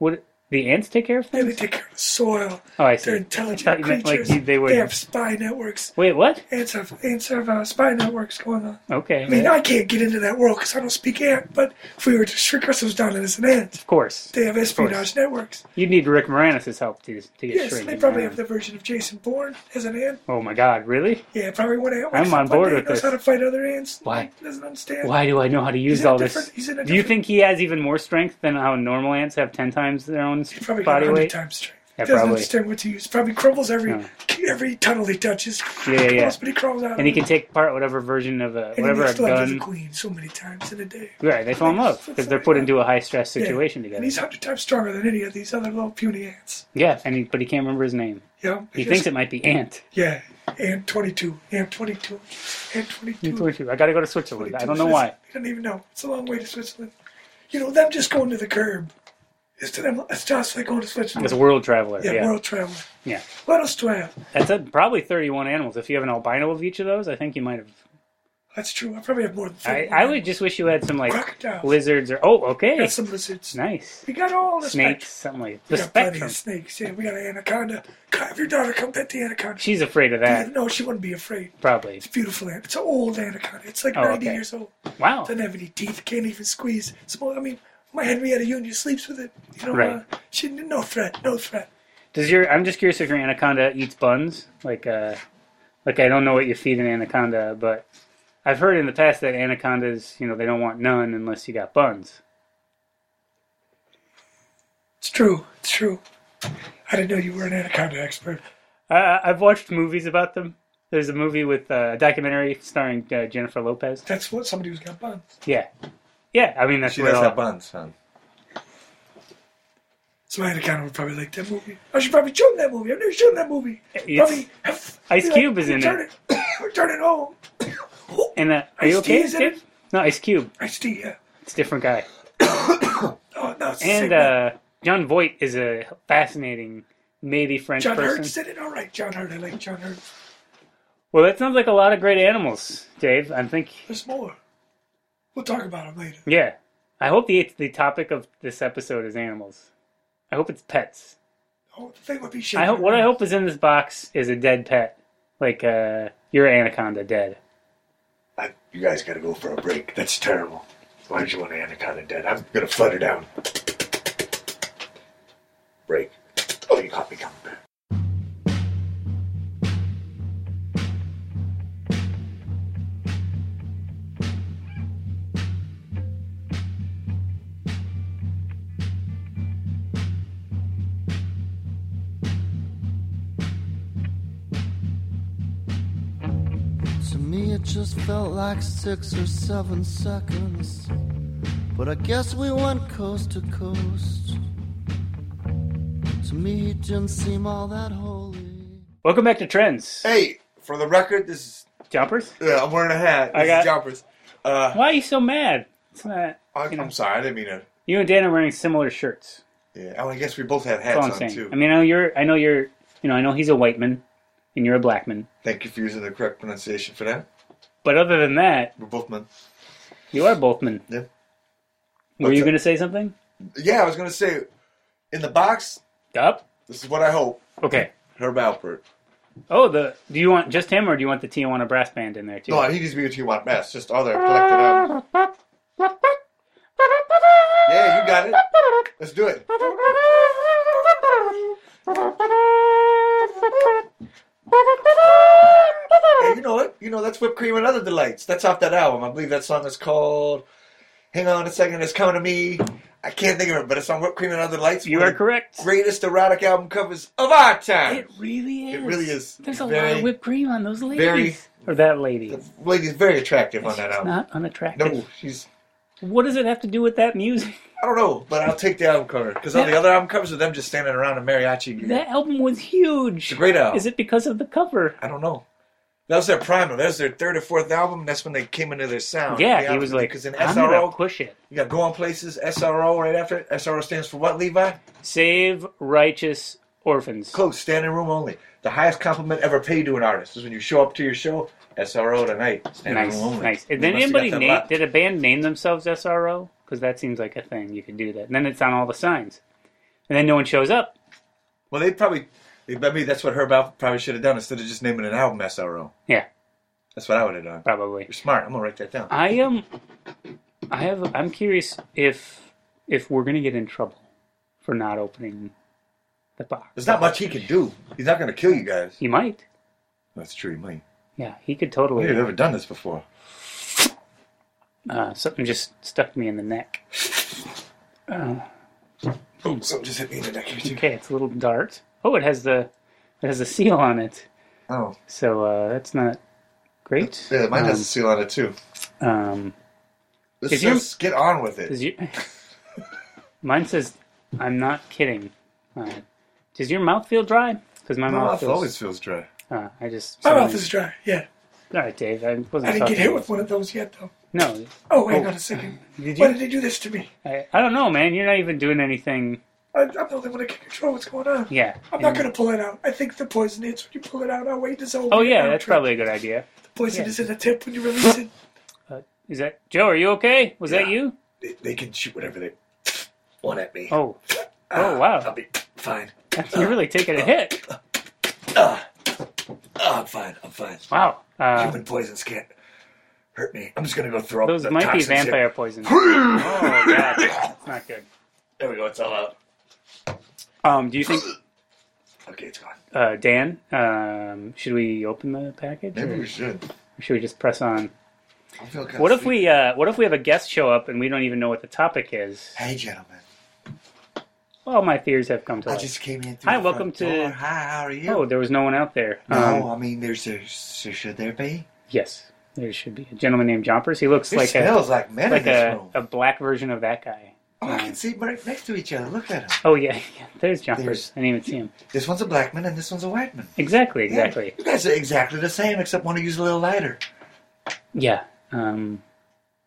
Would the ants take care of
they they
things?
take care of the soil.
Oh, I
They're
see. thought
intelligent
you meant, like,
creatures.
you- they would-
have spy networks.
Wait, what?
Ants have ants have uh, spy networks going on.
Okay.
I mean, I can't get into that world because I don't speak ant. But if we were to shrink ourselves down as an ant,
Of course.
they have espionage networks.
You'd need Rick Moranis' help to, to get
Yes,
straight.
they probably have the version of Jason Bourne as an ant.
Oh my god, really?
Yeah, probably one ant.
I'm
wakes
on
up one
board
day,
with
knows
this.
How to fight other ants?
Why?
Doesn't understand.
Why do I know how to use
in a
all this?
different- he's in a
Do you
different-
think he has even more strength than how normal ants have 10 times their own
probably got
body
100
weight?
times strength.
Yeah,
Doesn't
probably.
understand what to use. Probably crumbles every
No.
every tunnel he touches.
Yeah, yeah, yeah.
Crumbles, but he crawls out.
And he
of
can
it.
take part whatever version of a
And
whatever
he's
a
like the
gun.
queen so many times in a day.
Right, they fall in love because they're put into a high stress
Yeah.
situation
And
together.
he's hundred times stronger than any of these other little puny ants.
yeah, and he, but he can't remember his name.
You know?
He thinks it might be Ant.
Yeah, ant twenty two, ant twenty two, ant twenty
Ant
two.
22. I gotta go to Switzerland. I don't know why.
He doesn't even know. It's a long way to Switzerland. You know, them just going to the curb. It's to them. It's just like going to Switzerland.
As a world traveler.
yeah,
Yeah, yeah.
world travel. What else do I have?
That's a, probably 31 animals. If you have an albino of each of those, I think you might have.
That's true. I probably have more than.
I,
30.
I would just wish you had some like
Crocodiles.
lizards or oh okay
Got some lizards.
nice
We got all the
snakes something
spectrum.
like
We
the
got plenty
spectrum.
of snakes. Yeah, we got an anaconda. God, Have your daughter come pet the anaconda.
She's afraid of that
no, she wouldn't be afraid.
probably.
It's a beautiful ant. It's an old anaconda. It's like
Oh,
90
okay.
years old.
Wow.
Doesn't have any teeth. Can't even squeeze. So, I mean, my Henrietta Union sleeps with it. You know,
Right.
uh, she no threat, no threat.
Does your I'm just curious if your anaconda eats buns? Like uh like I don't know what you feed an anaconda, but I've heard in the past that anacondas, you know, they don't want none unless you got buns.
It's true. It's true. I didn't know you were an anaconda expert.
Uh, I've watched movies about them. There's a movie with uh, a documentary starring uh, Jennifer Lopez.
That's what somebody who's got buns.
Yeah, yeah. I mean that's
She
where
does
all-
have buns, huh?
So my anaconda would probably like that movie. I should probably show him that movie. I've never shown that movie.
It's-
Probably-
Ice
be
Cube is in
return
it.
it. return it home.
And uh, are you
Ice-T
okay,
is in it.
Steve? No, Ice Cube.
Ice T, yeah.
It's a different guy.
Oh, no, it's the same
And
man.
uh, John Voight is a fascinating, maybe French
John
person.
Hurt said it all right. John Hurt, I like John Hurt.
Well, that sounds like a lot of great animals, Dave. I think,
There's more. We'll talk about them later.
yeah. I hope the the topic of this episode is animals. I hope it's pets.
Oh, the thing would be shaking.
I hope what I hope is in this box is a dead pet, like uh, your anaconda dead.
I, you guys gotta go for a break. That's terrible. Why did you want an anaconda dead? I'm gonna flutter down. Break. Oh, you caught me coming back.
To me, it just felt like six or seven seconds. But I guess we went coast to coast. To me, it didn't seem all that holy.
Welcome back to Trends
Hey, for the record, this is
Jumpers.
uh, I'm wearing a hat. This
I got-
is jumpers. Uh,
Why are you so mad? It's not.
I,
You know.
I'm sorry, I didn't mean to.
You and Dan are wearing similar shirts.
Yeah, oh, I guess we both have
That's all
hats
I'm
on
saying.
too.
I mean, I know you're. I know you're. You know, I know he's a white man, and you're a black man.
Thank you for using the correct pronunciation for that.
But other than that,
We're both men.
you are both men.
Yeah.
Were
What's
you
that?
going to say something?
Yeah, I was gonna say, in the box,
Up.
this is what I hope.
Okay.
Herb Alpert.
Oh, the. Do you want just him, or do you want the Tijuana brass band in there too?
No, he needs to be with you want best. Just all there collected up. Yeah, you got it. Let's do it. Hey, you know it. You know that's whipped cream and other delights. That's off that album. I believe that song is called. Hang on a second, it's coming to me. I can't think of it, but it's on whipped cream and other delights.
you
one of
are
the
correct.
Greatest erotic album covers of our time.
It really is.
It really is
There's a lot
very-
of whipped cream on those ladies.
very-
or that lady.
The lady's very attractive on that
She's
album.
not unattractive.
No, she's.
What does it have to do with that music?
I don't know, but I'll take the album cover because all the other album covers are them just standing around in mariachi gear.
That album was huge.
It's a great album.
Is it because of the cover?
I don't know. That was their primer. That was their third or fourth album. That's when they came into their sound.
yeah,
The
he
album-
was like,
because in
I'm gonna
SRO,
push it.
you got Going Places, SRO right after it. SRO stands for what, Levi?
Save righteous orphans.
Close, standing room only. The highest compliment ever paid to an artist is when you show up to your show, SRO tonight, standing
Nice,
room only.
nice.
You
Did
must have
anybody
got that
name?
lot.
Did a band name themselves SRO? Because that seems like a thing you could do that. And then it's on all the signs, and then no one shows up.
Well, they probably, they, I mean, that's what Herb Alpert probably should have done instead of just naming an album SRO.
Yeah,
That's what I would have done.
probably.
You're smart. I'm gonna write that down.
I am. I have. I'm curious if if we're gonna get in trouble for not opening the box.
There's not much he can do. He's not gonna kill you guys.
He might.
That's true, he might.
Yeah, he could
We've
totally.
never done this before.
Uh, something just stuck me in the neck.
Boom, Oh, something just hit me in the neck. here, too.
Okay, it's a little dart. Oh, it has the it has a seal on it.
Oh,
So uh, that's not great.
yeah, mine has
Um,
a seal on it too.
Um,
Let's
If you-
just get on with it.
Does your mine says, "I'm not kidding." Uh, does your mouth feel dry? Because my
My
mouth
mouth
feels.
always feels dry.
Uh, I just.
My mouth is dry. Yeah.
All right, Dave. I wasn't.
I didn't
talking
get hit
to
with one of those yet, though.
you. No,
Oh, hang
Oh.
on a second.
did
Why
you?
did they do this to me?
I, I don't know, man. You're not even doing anything.
I, I'm the only one that can control what's going on.
Yeah.
I'm not
And-
going to pull it out. I think the poison hits when you pull it out. Our way dissolves.
Oh yeah, that's probably a good idea.
Poison
yeah.
is in the tip when you release it.
Is that Joe? Are you okay? Was that
Yeah.
you?
They, they can shoot whatever they want at me.
Oh. Oh wow.
I'll be fine.
You're really taking a hit.
Oh, I'm fine. I'm fine.
Wow. Uh,
Human poisons can't hurt me. I'm just gonna go throw
those
up the
might be
toxins here.
vampire poison. Oh god, that's not good.
There we go. It's all out.
Um, do you think
Okay, it's gone.
uh, Dan, um, should we open the package,
Maybe
or
we should.
should we just press on?
I feel kinda
What if
sleepy.
we? Uh, what if we have a guest show up and we don't even know what the topic is?
Hey, gentlemen.
All my fears have come to
I
life.
just came in. Through
Hi,
the
welcome
front
to-
door. Hi, how are you?
Oh, there was no one out there.
no,
Um,
I mean, there's a. so Should there be?
yes, there should be a gentleman named Jompers. He looks
It
like a
smells like men in
like
this
a,
room.
a black version of that guy. Um,
oh, I can see right next to each other. Look at them.
Oh yeah, yeah there's Jompers.
There's-
I didn't even see him.
This one's a black man and this one's a white man.
Exactly, exactly.
You guys are exactly the same, except one of you's a little lighter.
Yeah. Um,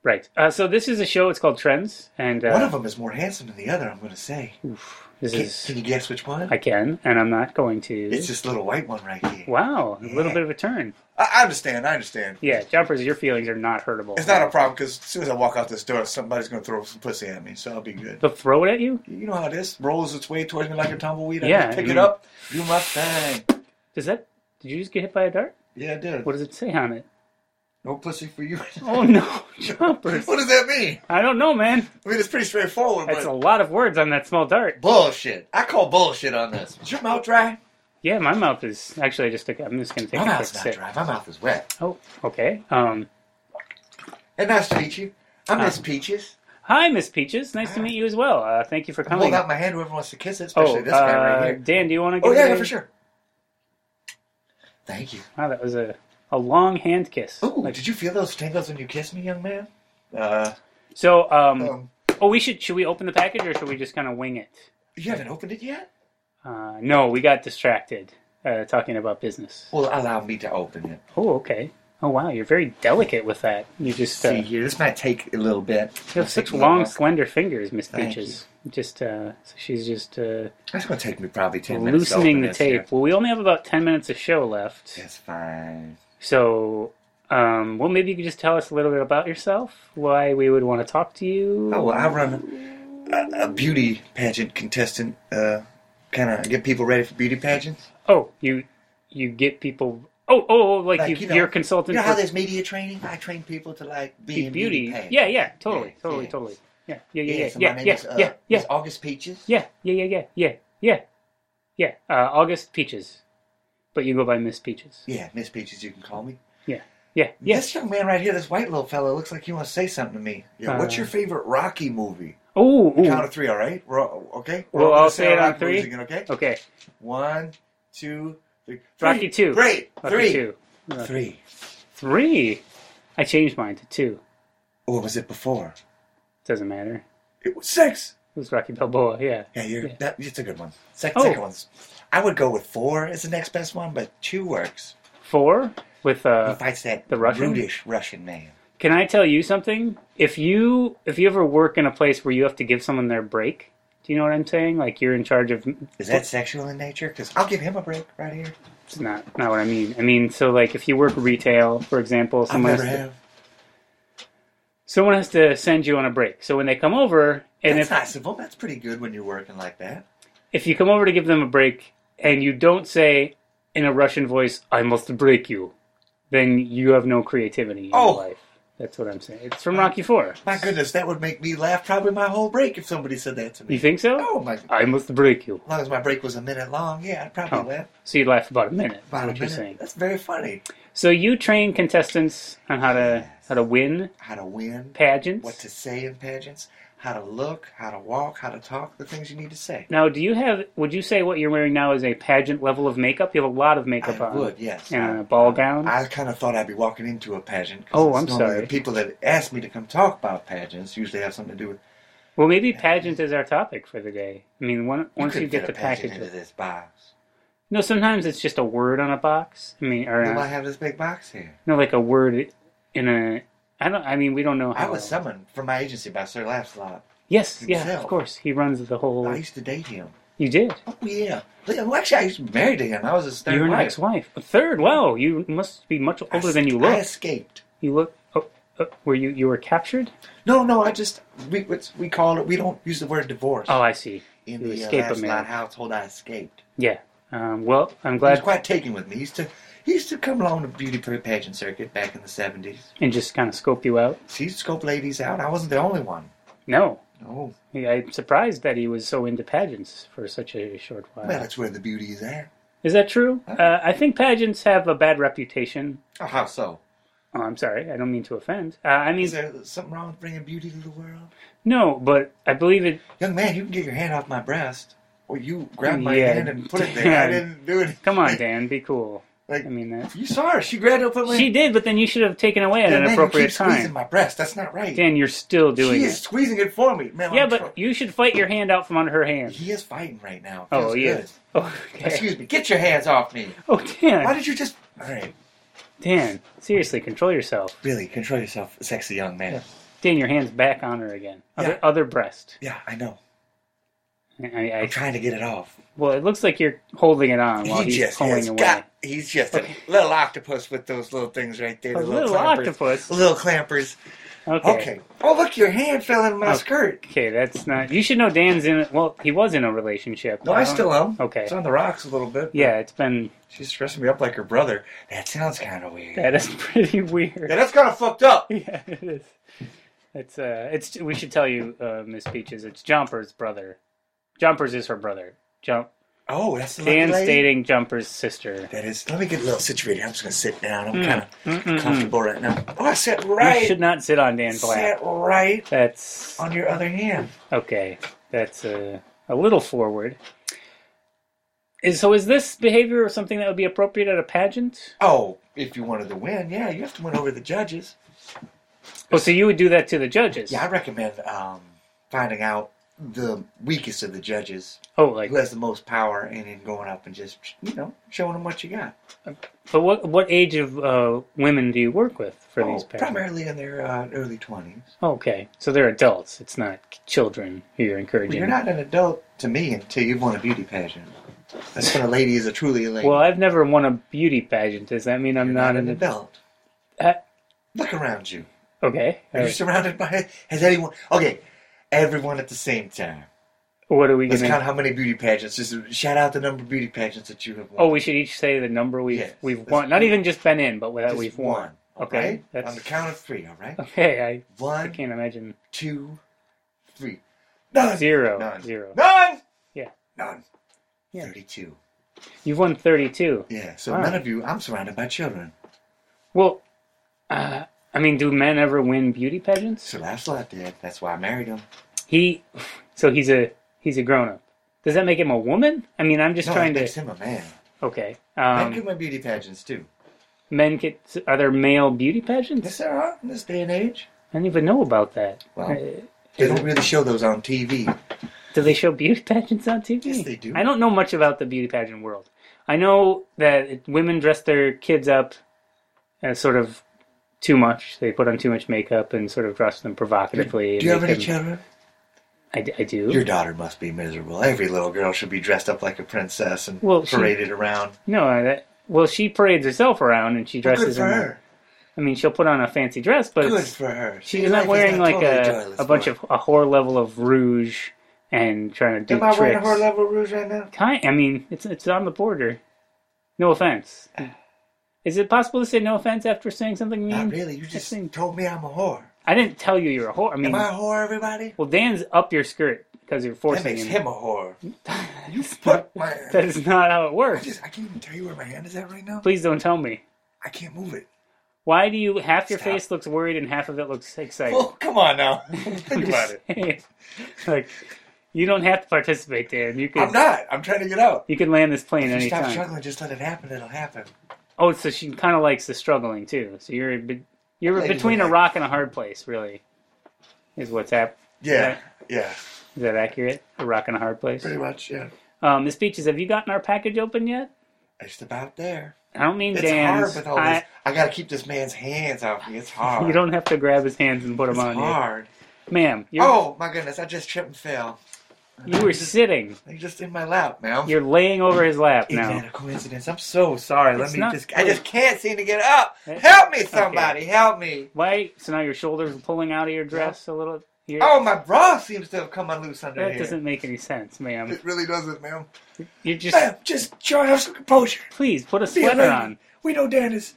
Right. Uh, so this is a show. It's called Trends, and uh,
One of them is more handsome than the other. I'm gonna say.
oof, this
Can,
is
can you guess which one?
I can, and I'm not going to.
It's this little white one right here.
Wow, a little
Yeah.
bit of a turn.
I, I understand. I understand.
Yeah, jumpers, your feelings are not hurtable.
It's not a problem because as soon as I walk out this door, somebody's gonna throw some pussy at me, so I'll be good.
They'll throw it at you.
You know how it is. Rolls its way towards me like a tumbleweed. I
Yeah,
just pick
I mean-
it up. Do my thing.
Does that? Did you just get hit by a dart?
Yeah, I did.
What does it say on it?
No pussy for you.
Oh no, jumpers!
what does that mean?
I don't know, man.
I mean, it's pretty straightforward,
That's
but
a lot of words on that small dart.
bullshit. I call bullshit on this. Is your mouth dry?
Yeah, my mouth is actually. I just took. I'm just gonna take
My
a quick
mouth's not
sip.
dry. My mouth is wet.
Oh, okay. Um,
And nice to meet you. I miss peaches.
hi, Miss Peaches. Nice to meet you as well. Uh, thank you for
I
coming.
hold out my hand. Whoever wants to kiss it,
oh,
especially this guy right
uh,
here.
Dan, do you want to?
Oh
give
yeah,
it
yeah,
a-
for sure. Thank you.
Wow, that was a a long hand kiss.
Oh,
Like-
did you feel those tingles when you kissed me, young man? Uh,
so, um,
um,
oh, we should should we open the package or should we just kind of wing it?
you haven't opened it yet.
Uh, no, we got distracted uh, talking about business.
Well, allow me to open it.
Oh, okay. Oh, wow. You're very delicate with that. You just uh,
See
you
here, this might take a little bit.
have such
Take a
long,
look.
slender fingers, Miss
Thank
Peaches. Just uh, so she's just uh,
That's gonna take me probably ten minutes. to
loosening
open
the
this
tape.
here.
Well, we only have about ten minutes of show left,
That's fine.
so. Um, well, maybe you could just tell us a little bit about yourself, why we would want to talk to you.
Oh, well, I run a, a beauty pageant contestant. Uh, kind of get people ready for beauty pageants.
Oh, you you get people. Oh, oh, oh, like,
Like,
you,
you know-
you're a consultant.
You know how
for
there's media training? I train people to like be,
beauty.
in beauty. pageants.
yeah, yeah, totally,
Yeah,
totally,
yeah.
totally. Yeah, yeah,
yeah.
yeah,
so
yeah,
my name
yeah,
is, uh,
yeah, yeah,
is August Peaches.
Yeah, yeah, yeah, yeah, yeah, yeah, yeah. Uh, August Peaches, but you go by Miss Peaches.
Yeah, Miss Peaches, you can call me.
Yeah, yeah.
This young man right here, this white little fellow, looks like he wants to say something to me. Yeah, what's
Uh,
your favorite Rocky movie?
Oh,
Count
ooh.
of three, all right? We're all, okay? We're
Well,
all gonna
I'll say it
our
on
Rocky movies
three.
Again, okay?
okay.
One, two, three.
Rocky
Three.
two.
Great.
Rocky
three.
two. Rocky-
Three.
Three. I changed mine to two.
Or was it before?
Doesn't matter.
It was six.
It was Rocky Balboa. Yeah.
Yeah, you're, That, it's a good one. Sec-
Oh.
Second one's. I would go with four as the next best one, but two works.
Four with
He
uh.
fights that
the Russian?
brutish Russian man.
Can I tell you something? If you if you ever work in a place where you have to give someone their break, do you know what I'm saying? Like you're in charge of
Is that sexual in nature? Because I'll give him a break right here.
It's not not what I mean. I mean, so like if you work retail, for example,
I
someone
never
has to,
have.
someone has to send you on a break. So when they come over, and
that's
if
nice of him. That's pretty good when you're working like that.
if you come over to give them a break, and you don't say in a Russian voice, "I must break you," then you have no creativity in
Oh.
your life. That's what I'm saying. It's from Rocky Four.
My goodness, that would make me laugh probably my whole break if somebody said that to me.
You think so?
Oh my! As
I must break you.
long as my break was a minute long, yeah, I'd probably
Oh,
laugh.
so you laugh about a minute. is
About a
what you're
minute.
saying.
That's very funny.
So you train contestants on how to how to win
How to win,
pageants.
what to say in pageants, how to look, how to walk, how to talk, the things you need to say.
Now, do you have? Would you say what you're wearing now is a pageant level of makeup? You have a lot of makeup
I
on.
would, yes.
And uh, a ball gown.
I kind of thought I'd be walking into a pageant. 'cause
Oh,
it's
I'm
normally
sorry.
The people that ask me to come talk about pageants usually have something to do with.
well, maybe pageant is our topic for the day. I mean, one, once you,
couldn't
get,
fit
the
a pageant
package,
into this box.
no, sometimes it's just a word on a box. I mean, or
Do I
uh,
have this big box here?
no, like a word in a. I don't. I mean, we don't know how.
I was summoned from my agency by Sir Lancelot.
yes, yeah,
himself.
of course. He runs the whole.
I used to date him.
You did.
Oh yeah. Well, actually, I used to be married to him. I was his third
You're an
wife.
ex-wife. A third. Wow, you must be much
I
older
es-
than you
I
look.
escaped.
You look. Oh, uh, were you? You were captured?
No, no. I just we it's, we call it. We don't use the word divorce
Oh, I see.
in
you
the
escape a
uh, last
marriage.
night household. I escaped.
Yeah. Um, well, I'm
He was
glad.
quite taken with me. He used to he used to come along the beauty pageant circuit back in the seventies.
and just kind of scope you out.
She used to scope ladies out. I wasn't the only one.
No,
No.
I'm surprised that he was so into pageants for such a short while.
Well, that's where the beauty is at.
Is that true?
Huh?
Uh, I think pageants have a bad reputation.
Oh, how so?
Oh, I'm sorry, I don't mean to offend. Uh, I mean,
Is there something wrong with bringing beauty to the world?
no, but I believe it.
Young man, you can get your hand off my breast, or you grab my
Yeah.
hand and put it there. I didn't do it.
Come on, Dan, be cool.
Like,
I mean that.
You saw her. She grabbed up on my
She did, but then you should have taken away at
Yeah,
an
man, you
appropriate
keep squeezing
time.
my breast. That's not right.
Dan, you're still doing
she
it.
is squeezing it for me, man.
Yeah,
I'm
but
tr-
you should fight your hand out from under her hand.
he is fighting right now. It
Oh,
feels
he
good.
is. Oh, okay.
Excuse me. Get your hands off me.
Oh,
Why
Dan.
did you just? All right,
Dan, seriously, control yourself.
really control yourself, sexy young man.
Dan, your hand's back on her again. Other,
Yeah.
other breast.
Yeah, I know.
I, I,
I'm trying to get it off.
well, it looks like you're holding it on while
he
he's
just
pulling
has
away.
got. He's just a little octopus with those little things right there.
A
the
little
clampers.
octopus?
Little clampers.
Okay.
Okay. Oh, look, your hand fell in my
Oh.
skirt.
Okay, that's not. You should know Dan's in. Well, he was in a relationship.
No, I still am.
Uh-huh. Okay.
It's on the rocks a little bit.
Yeah, it's been.
She's dressing me up like her brother. That sounds kind of weird.
That is pretty weird.
Yeah, that's kind of fucked up.
yeah, it is. It's uh, it's we should tell you, uh, Miss Peaches, it's Jumper's brother. Jumper's is her brother. Jump.
Oh, that's the
Dan's
lady.
dating Jumper's sister.
That is. Let me get a little situated. I'm just gonna sit down. I'm kind of comfortable right now. Oh, I sit
Mm. You
right.
should not sit on Dan's
sit
lap.
right
That's
on your other hand.
okay. That's uh, a little forward. Is so? Is this behavior something that would be appropriate at a pageant?
Oh, if you wanted to win, yeah, you have to win over the judges.
Well, Oh, so you would do that to the judges.
Yeah, I recommend um, finding out the weakest of the judges
Oh, like
who has the most power, and then going up and just you know showing them what you got.
But what what age of uh, women do you work with for
Oh,
these parents?
primarily in their uh, early twenties.
Okay, so they're adults. It's not children who you're encouraging.
Well, you're not an adult to me until you've won a beauty pageant. That's when a lady is a truly a lady.
Well, I've never won a beauty pageant. Does that mean I'm
You're
not,
not an
an
adult.
adult? Uh,
Look around you.
okay.
Are you surrounded by? Has anyone? Okay, everyone at the same time.
What are we
Let's
going
count
to?
how many beauty pageants. Just shout out the number of beauty pageants that you have won.
Oh, we should each say the number we've
Yes,
we've
let's
won. Not
do-
even just been in, but that
Just
we've
one,
won. Okay, that's-
on the count of three. All right.
Okay, I, I
One,
can't imagine
two, three.
None.
zero
None.
zero.
None.
Yeah.
None.
Yeah.
Thirty-two.
You've won thirty-two.
Yeah. So
Wow.
none of you. I'm surrounded by children.
Well, uh, I mean, do men ever win beauty pageants?
So Lancelot did. That's why I married him.
He, so he's a he's a grown up. Does that make him a woman? I mean, I'm just
no,
trying
that
to.
makes him a man.
Okay.
Men can
Um,
win beauty pageants too.
men get. Are there male beauty pageants?
Yes, Oh. there are in this day and age.
I didn't even know about that.
Well,
Uh,
They don't really show those on TV.
do they show beauty pageants on TV?
Yes, they do.
I don't know much about the beauty pageant world. I know that it, women dress their kids up as sort of too much. They put on too much makeup and sort of dress them provocatively.
Do you
and
have
make them-
any children?
I, d- I do.
Your daughter must be miserable. Every little girl should be dressed up like a princess and
Well, she-
paraded around.
No, I, that, well, she parades herself around and she
Good
dresses.
for
in a-
her.
I mean, she'll put on a fancy dress, but
Good
it's-
for her.
She's not wearing like a, a bunch of a whore level of rouge and trying to do
Am I wearing
tricks.
a whore level rouge right now?
Kind, I mean, it's it's on the border. No offense. Is it possible to say no offense after saying something mean?
Not really. You just
think-
told me I'm a whore.
I didn't tell you you're a whore. I mean,
Am I a whore, everybody?
well, Dan's up your skirt because you're
That
forcing
makes him a whore.
That's not-
Fuck my.
that is not how it
I
works.
just I can't even tell you where my hand is at right now.
Please don't tell me.
I can't move it.
Why do you half your
Stop.
face looks worried and half of it looks excited?
Well, Oh, come on now.
I'm
Think
just
about it.
saying. like, you don't have to participate, Dan. You can
I'm not. I'm trying to get out.
you can land this plane
If you stop
anytime.
struggling, just let it happen. It'll happen.
Oh, so she kind of likes the struggling too. So you're be- you're
Ladies
between
are
a
like-
rock and a hard place, really. Is what's hap-
Yeah. Yeah.
is that accurate? A rock and a hard place.
Pretty much. Yeah.
Um, Miss Peaches, have you gotten our package open yet?
It's about there.
I don't mean
It's
Dan's.
hard with all
I-
this. I gotta keep this man's hands off me. It's hard.
You don't have to grab his hands and put them
It's
on
hard.
you, ma'am. You're,
Oh my goodness! I just tripped and fell.
you were sitting.
He's just in my lap, ma'am.
You're laying over his lap
Is that
now.
a coincidence? I'm so sorry. Let
It's
me
not-
just. I just can't seem to get up.
It-
Help me, somebody. Help me.
Why? So now your shoulders are pulling out of your dress a little. Here.
Oh, my bra seems to have come unloose under
that
here.
doesn't make any sense, ma'am.
It really doesn't, ma'am.
You're just
Ma'am, just try to have some composure.
please put a
Be a
sweater
lady.
on.
We know Dan is.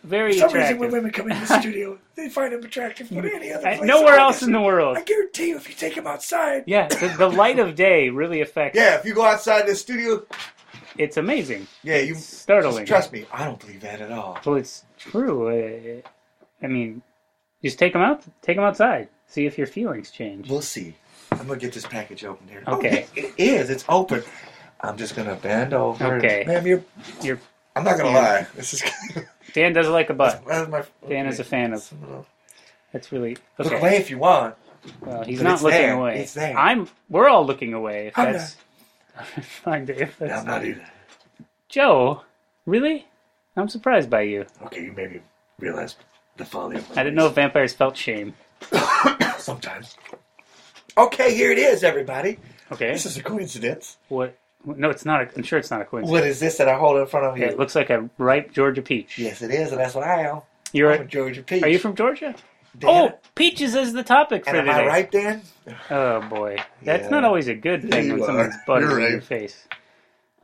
For
Very
some reason, when
attractive.
women come in the studio, they find him attractive. But any other
Uh,
place,
Nowhere
oh,
else
this-
in the world.
I guarantee you, if you take him outside,
Yeah, the, the light of day really affects.
Yeah, if you go outside the studio,
It's amazing.
yeah, you
Startling.
trust me. I don't believe that at all.
Well, it's true. Uh, I mean, just take them out. Take them outside. See if your feelings change.
We'll see. I'm gonna get this package open here.
Okay.
Oh, it it is. It's open. I'm just gonna bend over.
Okay.
Ma'am, you're.
Your
I'm not gonna lie. This is.
Dan does like a butt.
That's my-
Dan is a fan of. That's really
Look
okay.
away if you want.
Well, he's
but
not
it's
looking
there.
away.
It's there.
I'm. We're all looking away. If
I'm
that's fine, Dave.
No,
That's,
I'm not either.
Joe, really? I'm surprised by you.
Okay, you made me realize the folly of my
I didn't know if vampires felt shame.
Sometimes. Okay, here it is, everybody.
Okay.
This is a coincidence.
What? No, it's not. A, I'm sure it's not a coincidence.
What is this that I hold in front of
It
you?
looks like a ripe Georgia peach.
Yes, it is, and that's what I am.
You're.
I'm a Georgia Peach.
Are you from Georgia?
Dan?
Oh, peaches is the topic for
And am
today.
I right, Dan?
Oh boy, that's
Yeah.
not always a good thing
you
when
are.
someone's butting
You're
in
right.
your face.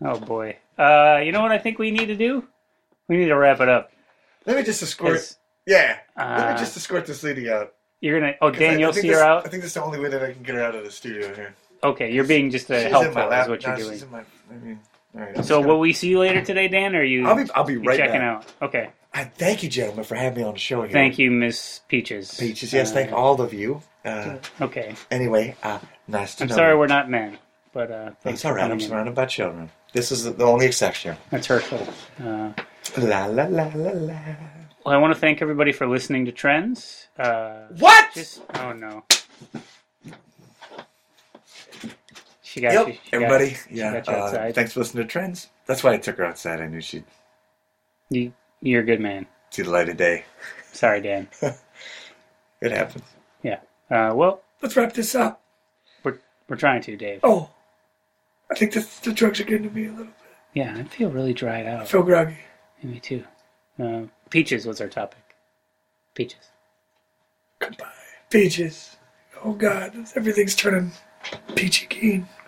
Oh boy. Uh, you know what I think we need to do? We need to wrap it up.
Let me just escort.
'cause,
Yeah. Let
uh,
me just escort this lady out.
You're gonna. Oh,
'Cause
Dan,
I- I
you'll
think
see
this,
her
I
out.
think that's the only way that I can get her out of the studio here.
Okay, you're being just uh,
She's in
helpful.
my lap.
Is what
No,
you're doing.
she's in my- I mean, all right, I'm
So,
just
will
gonna-
we see you later today, Dan? Or are you?
I'll be, I'll be
you
right
checking
back.
out. Okay.
I thank you, gentlemen, for having me on the show here.
Thank you, Miss Peaches.
Peaches. Yes,
Uh,
thank all of you. Uh,
Okay.
anyway, uh, nice to
I'm
know.
sorry
you.
we're not men, but uh, thanks
It's
for
all right. I'm
coming in.
surrounded by children. This is the only exception.
That's hurtful. Uh,
La la la la la.
well, I want to thank everybody for listening to Trends. Uh,
What?
Just oh no. She got
yep.
you. She
Everybody.
Got, she
yeah.
got you
uh,
outside.
thanks for listening to Trends. That's why I took her outside. I knew she'd
you, you're a good man.
see the light of day.
Sorry, Dan.
It happens.
Yeah. Uh, well,
Let's wrap this up.
we're we're trying to, Dave.
Oh, I think the, the drugs are getting to me a little bit.
Yeah, I feel really dried
I
out.
feel groggy.
Me too. Uh, peaches was our topic. Peaches.
Goodbye. Peaches. Oh God, everything's turning peachy keen.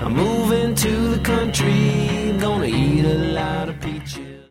I'm moving to the country, I'm gonna eat a lot of peaches.